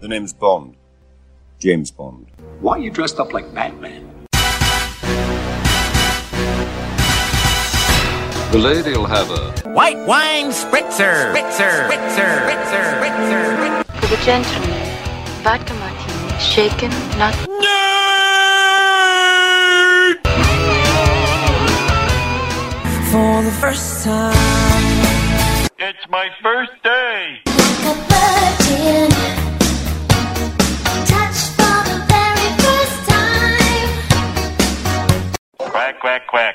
The name's Bond. James Bond. Why are you dressed up like Batman? The lady'll have a white wine spritzer. Spritzer. Spritzer. Spritzer. Spritzer. For the gentleman, vodka martini, shaken, not. Nerd! For the first time. It's my birthday. Quack, quack, quack.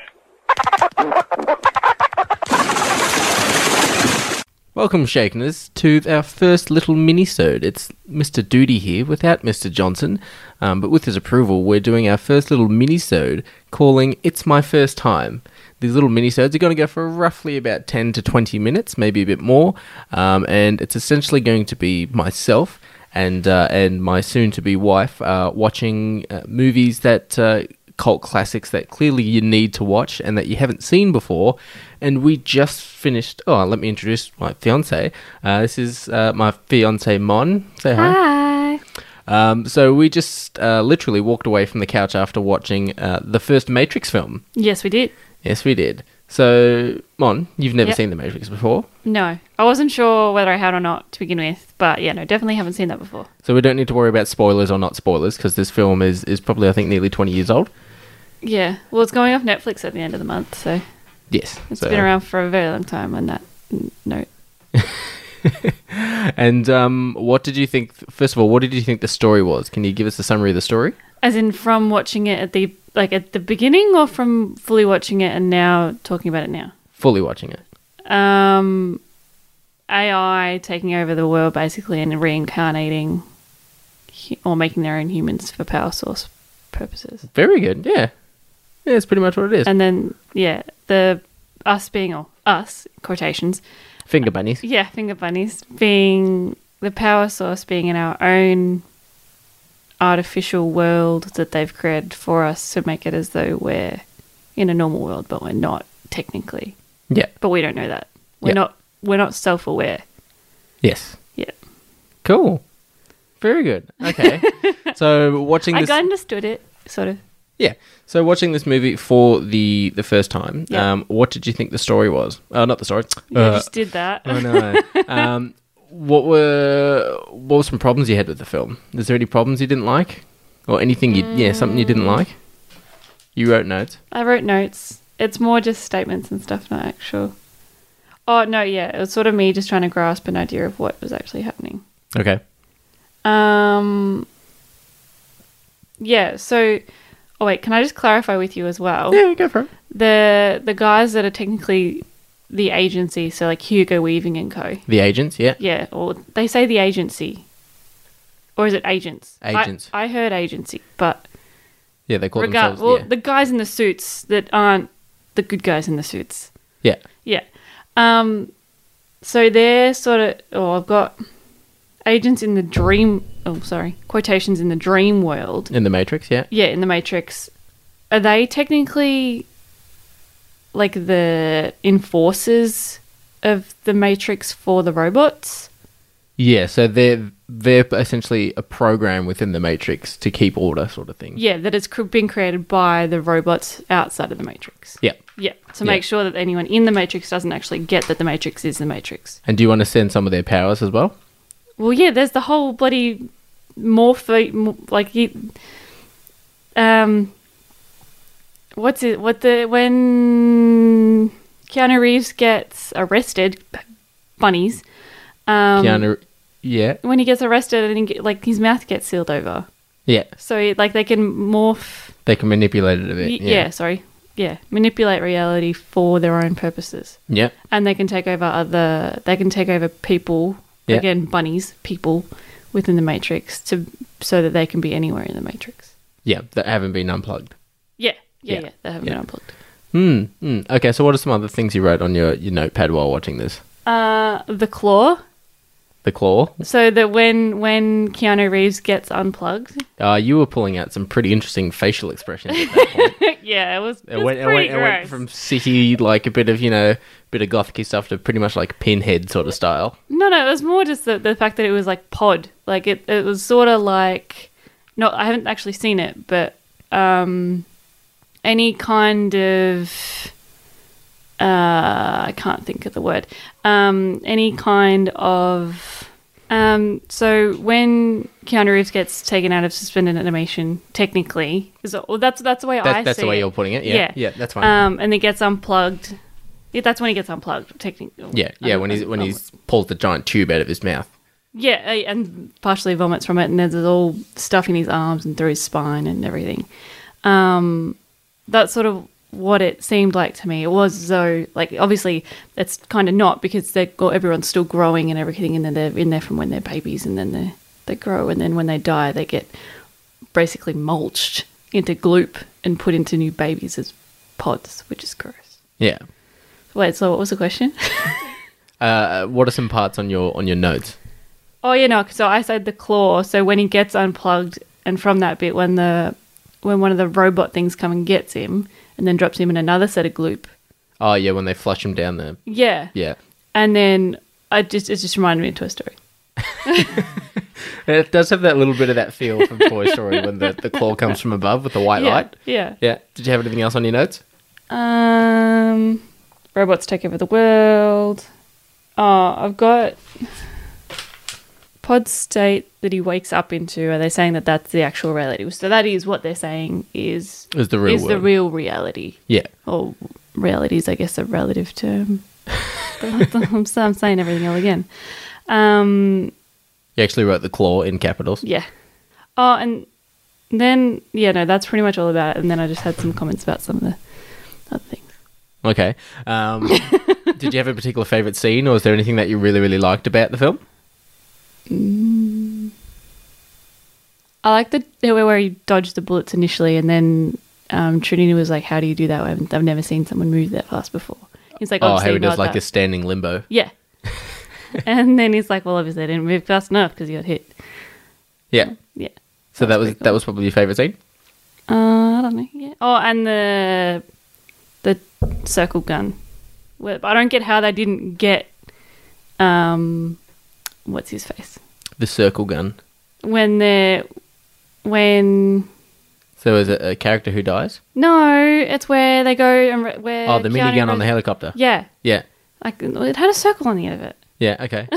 Welcome, Shakeners, to our first little mini-sode. It's Mr. Duty here without Mr. Johnson, um, but with his approval, we're doing our first little mini-sode calling It's My First Time. These little mini-sodes are going to go for roughly about 10 to 20 minutes, maybe a bit more, um, and it's essentially going to be myself and, uh, and my soon-to-be wife uh, watching uh, movies that... Uh, cult classics that clearly you need to watch and that you haven't seen before. And we just finished. Oh, let me introduce my fiance. Uh, this is uh, my fiance Mon. Say hi. Hi. Um, so we just uh, literally walked away from the couch after watching uh, the first Matrix film. Yes, we did. Yes, we did. So Mon, you've never Yep. seen the Matrix before, No, I wasn't sure whether I had or not to begin with, but yeah, no, definitely haven't seen that before. so we don't need to worry about spoilers or not spoilers because this film is is probably I think nearly twenty years old. Yeah, well, it's going off Netflix at the end of the month, so Yes, it's it's been around for a very long time on that n- note. And um, what did you think? First of all, what did you think the story was? Can you give us a summary of the story? As in from watching it at the like at the beginning, or from fully watching it and now talking about it now. Fully watching it. Um, AI taking over the world basically and reincarnating hu- or making their own humans for power source purposes. Very good. Yeah, yeah, that's pretty much what it is. And then yeah, the us being or us quotations Finger bunnies. Yeah, finger bunnies being the power source being in our own artificial world that they've created for us to make it as though we're in a normal world, but we're not technically. Yeah. But we don't know that. We're Yeah. not. We're not self-aware. Yes. Yeah, Cool. Very good. Okay. so watching I this. got understood it sort of. yeah. So watching this movie for the the first time. Yeah. Um, what did you think the story was? Oh, not the story. Yeah, I Uh, just did that. I know. um, what were what were some problems you had with the film? Is there any problems you didn't like, or anything you yeah something you didn't like? You wrote notes. I wrote notes. It's more just statements and stuff, not actual. Oh no, yeah, it was sort of me just trying to grasp an idea of what was actually happening. Okay. Um. Yeah. So, oh wait, can I just clarify with you as well? Yeah, go for it. The the guys that are technically the agency, so like Hugo Weaving and Co. The agents. Yeah. Yeah, or they say the agency, or is it agents? I- Agents. I, heard agency, but Yeah, they call regard themselves. well, yeah. the guys in the suits that aren't the good guys in the suits. yeah. Yeah. Um, so they're sort of. Oh, I've got agents in the dream. Oh, sorry. Quotations in the dream world. In the Matrix. Yeah. Yeah, in the Matrix. Are they technically like the enforcers of the Matrix for the robots? Yeah, so they're they're essentially a program within the Matrix to keep order, sort of thing. Yeah, that it's cr- been created by the robots outside of the Matrix. Yeah. Yeah, to Yeah. make sure that anyone in the Matrix doesn't actually get that the Matrix is the Matrix. And do you want to send some of their powers as well? Well, yeah, there's the whole bloody morpho, mo- like you, um, what's it? What the when Keanu Reeves gets arrested, b- bunnies. Um, Keanu, yeah, when he gets arrested and he get, like his mouth gets sealed over, yeah, so it, like they can morph. they can manipulate it a y- bit. yeah. sorry, yeah, manipulate reality for their own purposes, yeah, and they can take over other. They can take over people yeah. again bunnies people within the matrix to so that they can be anywhere in the matrix yeah, that haven't been unplugged. yeah yeah Yeah. yeah, they haven't Yeah. been unplugged Hmm. hmm. Okay, so what are some other things you wrote on your, your notepad while watching this? uh the Uh, claw The claw. So that when when Keanu Reeves gets unplugged, Uh, you were pulling out some pretty interesting facial expressions at that point. yeah, it was, it It was went, it, pretty went, it gross. went from city, like a bit of, you know, bit of gothicy stuff to pretty much like pinhead sort of style. No, no, it was more just the, the fact that it was like pod. Like it, it was sort of like, no, I haven't actually seen it, but um, any kind of, uh, I can't think of the word. Um, any kind of, um, so when Keanu Reeves gets taken out of suspended animation, technically, is it- well, that's that's the way I That, that's see the way it. you're putting it. Yeah. Yeah. Yeah, that's fine. Um, and it gets unplugged. Yeah, that's when he gets unplugged. Technically, yeah, yeah, when he's when Oh, um, he's pulled the giant tube out of his mouth. Yeah, uh, and partially vomits from it, and there's all stuff in his arms and through his spine and everything. Um, that's sort of what it seemed like to me. It was though, like obviously it's kind of not because they are everyone's still growing and everything, and then they're in there from when they're babies, and then they they grow, and then when they die, they get basically mulched into gloop and put into new babies as pods, which is gross. Yeah. Wait, so what was the question? Uh, what are some parts on your on your notes? Oh yeah, no. So I said the claw. So when he gets unplugged, and from that bit, when the when one of the robot things come and gets him, and then drops him in another set of gloop. Oh yeah, when they flush him down the Yeah. yeah. And then I just it just reminded me of Toy Story. It does have that little bit of that feel from Toy Story when the, the claw comes from above with the white yeah. light. Yeah. Yeah. Did you have anything else on your notes? Um, robots take over the world. Oh, I've got pod state that he wakes up into. Are they saying that that's the actual reality? So that is what they're saying is Is the real is the world. real reality. Yeah. or realities, I guess, a relative term. I'm, I'm saying everything all again. Um, You actually wrote the claw in capitals. yeah. Oh, and then yeah, no, that's pretty much all about it. And then I just had some comments about some of the other things. Okay. Um, did you have a particular favorite scene, or was there anything that you really, really liked about the film? I like the the way where he dodged the bullets initially, and then um, Trinity was like, "How do you do that? I haven't- I've never seen someone move that fast before." He's like, Oh, "Obviously how he does not like that." a standing limbo. Yeah. and then he's like, "Well, obviously, I didn't move fast enough because he got hit." Yeah. Yeah. So that was pretty cool. that was probably your favorite scene. Uh, I don't know. Yeah. Oh, and the the circle gun. Well, I don't get how they didn't get um, what's his face The circle gun. when they're when So is it a character who dies? no, it's where they go and re- where Oh, the Uh, Keanu minigun on the Reeves- helicopter. Yeah, Yeah. like it had a circle on the end of it. Yeah. Okay.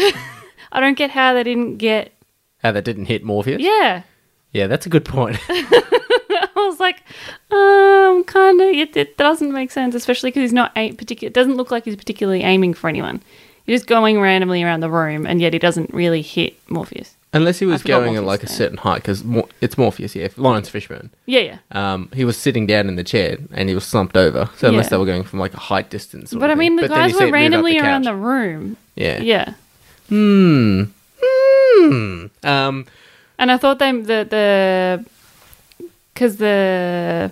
I don't get how they didn't get. How that didn't hit Morpheus. Yeah, Yeah, that's a good point. I was like, um, kind of. It, it doesn't make sense, especially because he's not a particular. It doesn't look like he's particularly aiming for anyone. He's just going randomly around the room, and yet he doesn't really hit Morpheus. Unless he was forgot going at Morpheus' like a name. certain height, because Mor- it's Morpheus. Yeah, Lawrence Fishburne. Yeah, yeah. Um, he was sitting down in the chair and he was slumped over. So unless Yeah. they were going from like a height distance. sort But of I thing. mean, the But then you guys see were it move up randomly around the couch. room. Yeah. Hmm. Yeah, Um, and I thought they the the because the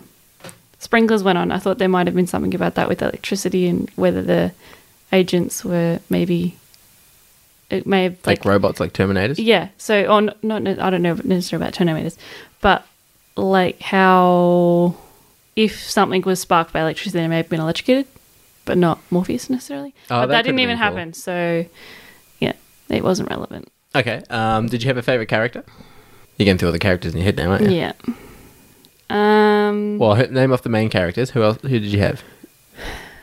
sprinklers went on. I thought there might have been something about that with electricity and whether the agents were maybe it may have like, robots, like Terminators. Yeah. So on not ne- I don't know necessarily about tornadoes, but like how if something was sparked by electricity, they may have been electrocuted, but not Morpheus necessarily. Oh, but that that, could've didn't even been cool. happen. So yeah, it wasn't relevant. Okay. Um, did you have a favorite character? You're going through all the characters in your head now, aren't you? Yeah. Um. Well, h- name off the main characters. Who else? Who did you have?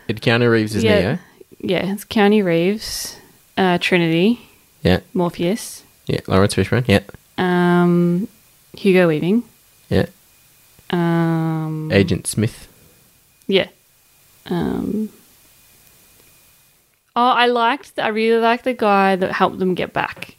Did Keanu Reeves is yeah. Neo? Yeah. It's Keanu Reeves, uh, Trinity, Yeah. Morpheus, Yeah. Lawrence Fishburne. Yeah. um, Hugo Weaving. Yeah. Um, Agent Smith. Yeah. Um. Oh, I liked. I really liked the guy that helped them get back,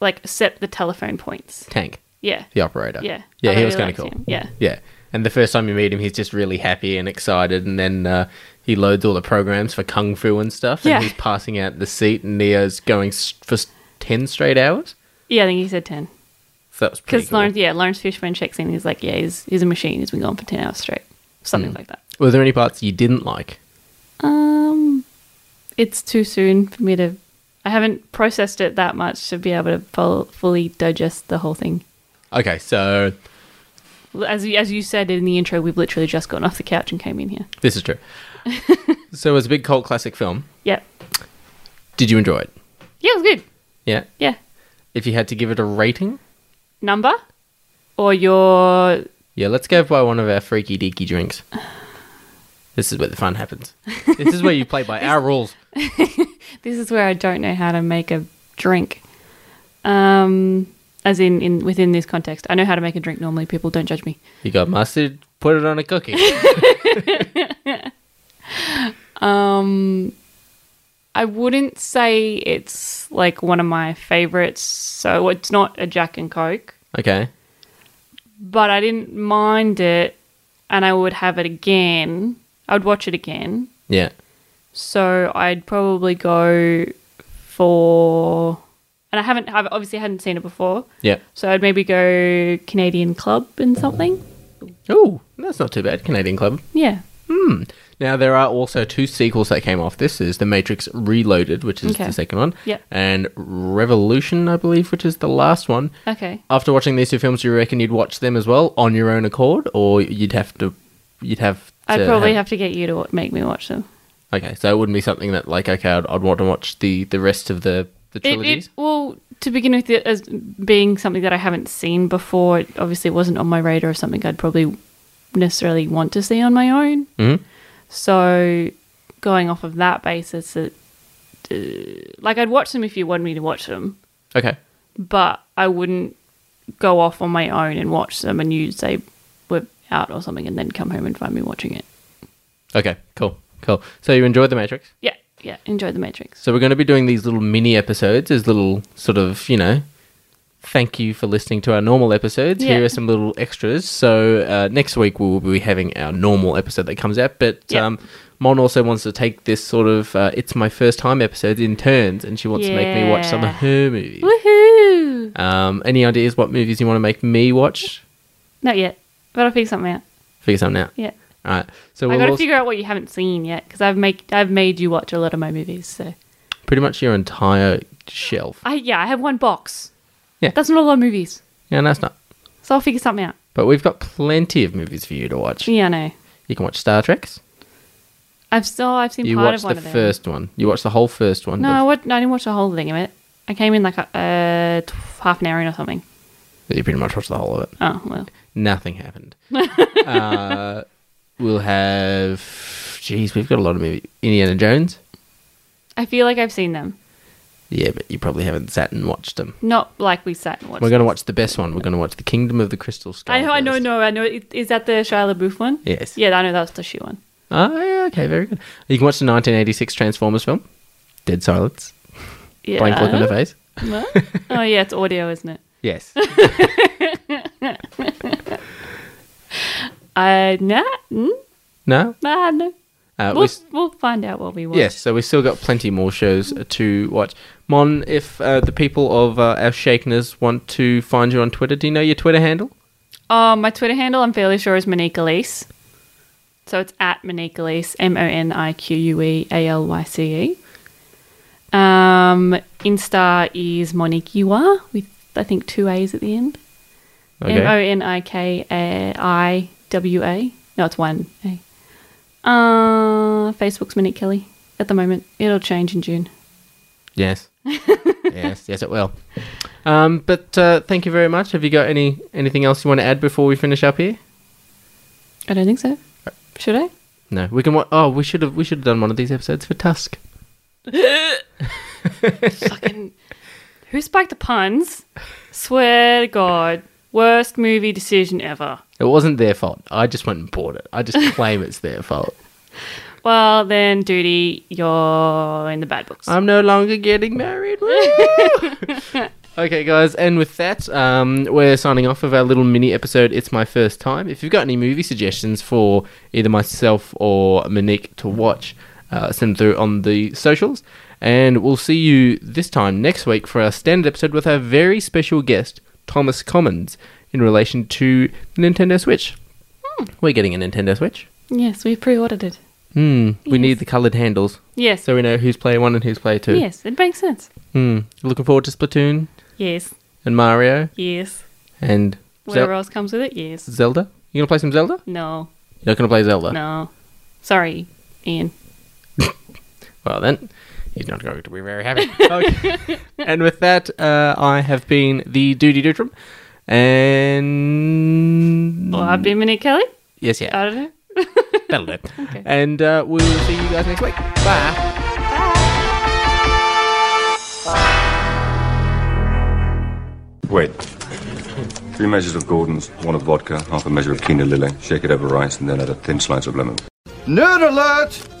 like set the telephone points. Tank. Yeah. The operator. Yeah. Yeah. I he was really kind of cool. liked him. Yeah. Yeah. And the first time you meet him, he's just really happy and excited. And then uh, he loads all the programs for Kung Fu and stuff. And Yeah. he's passing out the seat, and Neo's going s- for s- 10 straight hours. Yeah, I think he said ten. So that was pretty Because cool. Lawrence, yeah, Lawrence Fishburne checks in. He's like, yeah, he's, he's a machine. He's been gone for ten hours straight, something Hmm. like that. Were there any parts you didn't like? Um, it's too soon for me to. I haven't processed it that much to be able to full, fully digest the whole thing. Okay, so As you- as you said in the intro, we've literally just gotten off the couch and came in here. this is true. so it's a big cult classic film. Yeah, Did you enjoy it? yeah, it was good. Yeah. Yeah, If you had to give it a rating, number or your yeah, let's go by one of our freaky deaky drinks. This is where the fun happens. This is where you play by our rules. This is where I don't know how to make a drink. Um, as in, in within this context, I know how to make a drink normally. People don't judge me. You got mustard, put it on a cookie. I wouldn't say it's like one of my favorites, so it's not a Jack and Coke, Okay. but I didn't mind it, and I would have it again. I would watch it again. Yeah. So I'd probably go for, and I haven't, I've obviously hadn't seen it before, Yeah. so I'd maybe go Canadian Club and something. Oh, that's not too bad. Canadian Club. Yeah. Now there are also two sequels that came off. This is The Matrix Reloaded, which is Okay. the second one. Yep. And Revolution, I believe, which is the last one. Okay. After watching these two films, do you reckon you'd watch them as well on your own accord, or you'd have to, you'd have. I'd probably have to get you to wa- make me watch them. Okay, so it wouldn't be something that like okay, I'd, I'd want to watch the the rest of the the It, trilogies. it, well, to begin with, it as being something that I haven't seen before, it obviously wasn't on my radar or something I'd probably necessarily want to see on my own. Mhm. So, going off of that basis, it, uh, like I'd watch them if you wanted me to watch them, okay, but I wouldn't go off on my own and watch them and you'd say we're out or something and then come home and find me watching it. okay, cool, cool. So you enjoyed the Matrix. Yeah, yeah, enjoy The Matrix. So we're going to be doing these little mini episodes as little sort of, you know, thank you for listening to our normal episodes. Here Yeah. are some little extras. So uh, next week we will be having our normal episode that comes out, but Yeah. um, Mon also wants to take this sort of uh, it's my first time episode in turns, and she wants to make me watch some of Yeah. her movies. Woohoo! Um, any ideas what movies you want to make me watch? Not yet, but I'll figure something out. Figure something out. Yeah. All right. So I we'll got to also- figure out what you haven't seen yet because I've make I've made you watch a lot of my movies. So pretty much your entire shelf. I yeah, I have one box. Yeah. that's not a lot of movies. Yeah, that's not. So I'll figure something out. But we've got plenty of movies for you to watch. Yeah, I know. You can watch Star Trek's. I've still I've seen You part watched of one the of them. first one. You watched the whole first one. No, I, No, wa- no, I didn't watch the whole thing of it. I came in like a, uh, t- half an hour in or something. you pretty much watched the whole of it. Oh well, Nothing happened. uh, we'll have. Jeez, we've got a lot of movies. Indiana Jones. I feel like I've seen them. Yeah, but you probably haven't sat and watched them. Not like we sat and watched. We're going to them. watch the best one. We're going to watch The Kingdom of the Crystal Skull. I know, I know, first. no, I know. It- Is that the Shia LaBeouf one? Yes. Yeah, I know that's the she one. Oh, yeah, okay, very good. You can watch the 1986 Transformers film. Dead silence. Yeah. uh, Blank look on her face. oh yeah, it's audio, isn't it? Yes. Uh, nah, mm, no. nah, no. Uh, we We'll, s- we'll find out what we want. Yes, so we've still got plenty more shows to watch. Mon, if uh, the people of uh, our Shakeners want to find you on Twitter, do you know your Twitter handle? Um, my Twitter handle, I'm fairly sure, is Monique Elise. So it's at Monique Elise, M O N I Q U E A L Y C E. Um, Insta is Monique Yua with, I think, two A's at the end. Okay. M O N I K A I W A. No, it's one A. Uh, Facebook's Monique Kelly at the moment. It'll change in June. yes. yes, yes, it will. Um, but uh, thank you very much. Have you got any anything else you want to add before we finish up here? I don't think so. Should I? No, we can. Wa- oh, we should have we should have done one of these episodes for Tusk. fucking who spiked the puns? Swear to God, worst movie decision ever. It wasn't their fault. I just went and bought it. I just claim it's their fault. Well, then, duty, you're in the bad books. I'm no longer getting married. Woo! okay, guys, and with that, um, we're signing off of our little mini episode. It's my first time. If you've got any movie suggestions for either myself or Monique to watch, uh, send through on the socials. And we'll see you this time next week for our standard episode with our very special guest, Thomas Commons, in relation to the Nintendo Switch. We're getting a Nintendo Switch. yes, we pre-ordered it. Hmm. We need the coloured handles Yes. so we know who's player one and who's player two. yes, it makes sense. Hmm. Looking forward to Splatoon Yes. and Mario Yes. and Whatever Zel- else comes with it, yes. Zelda. You gonna play some Zelda? No. You're not gonna play Zelda. No. Sorry, Ian. Well then, he's not going to be very happy. okay. and with that, uh, I have been the Duty Dutrum, and Well, I've been Minute Kelly. yes, yeah, I don't know. that'll do. And uh, we'll see you guys next week. Bye. Wait. Three measures of Gordon's, one of vodka, half a measure of quinoa lily. Shake it over rice, and then add a thin slice of lemon. Nerd alert!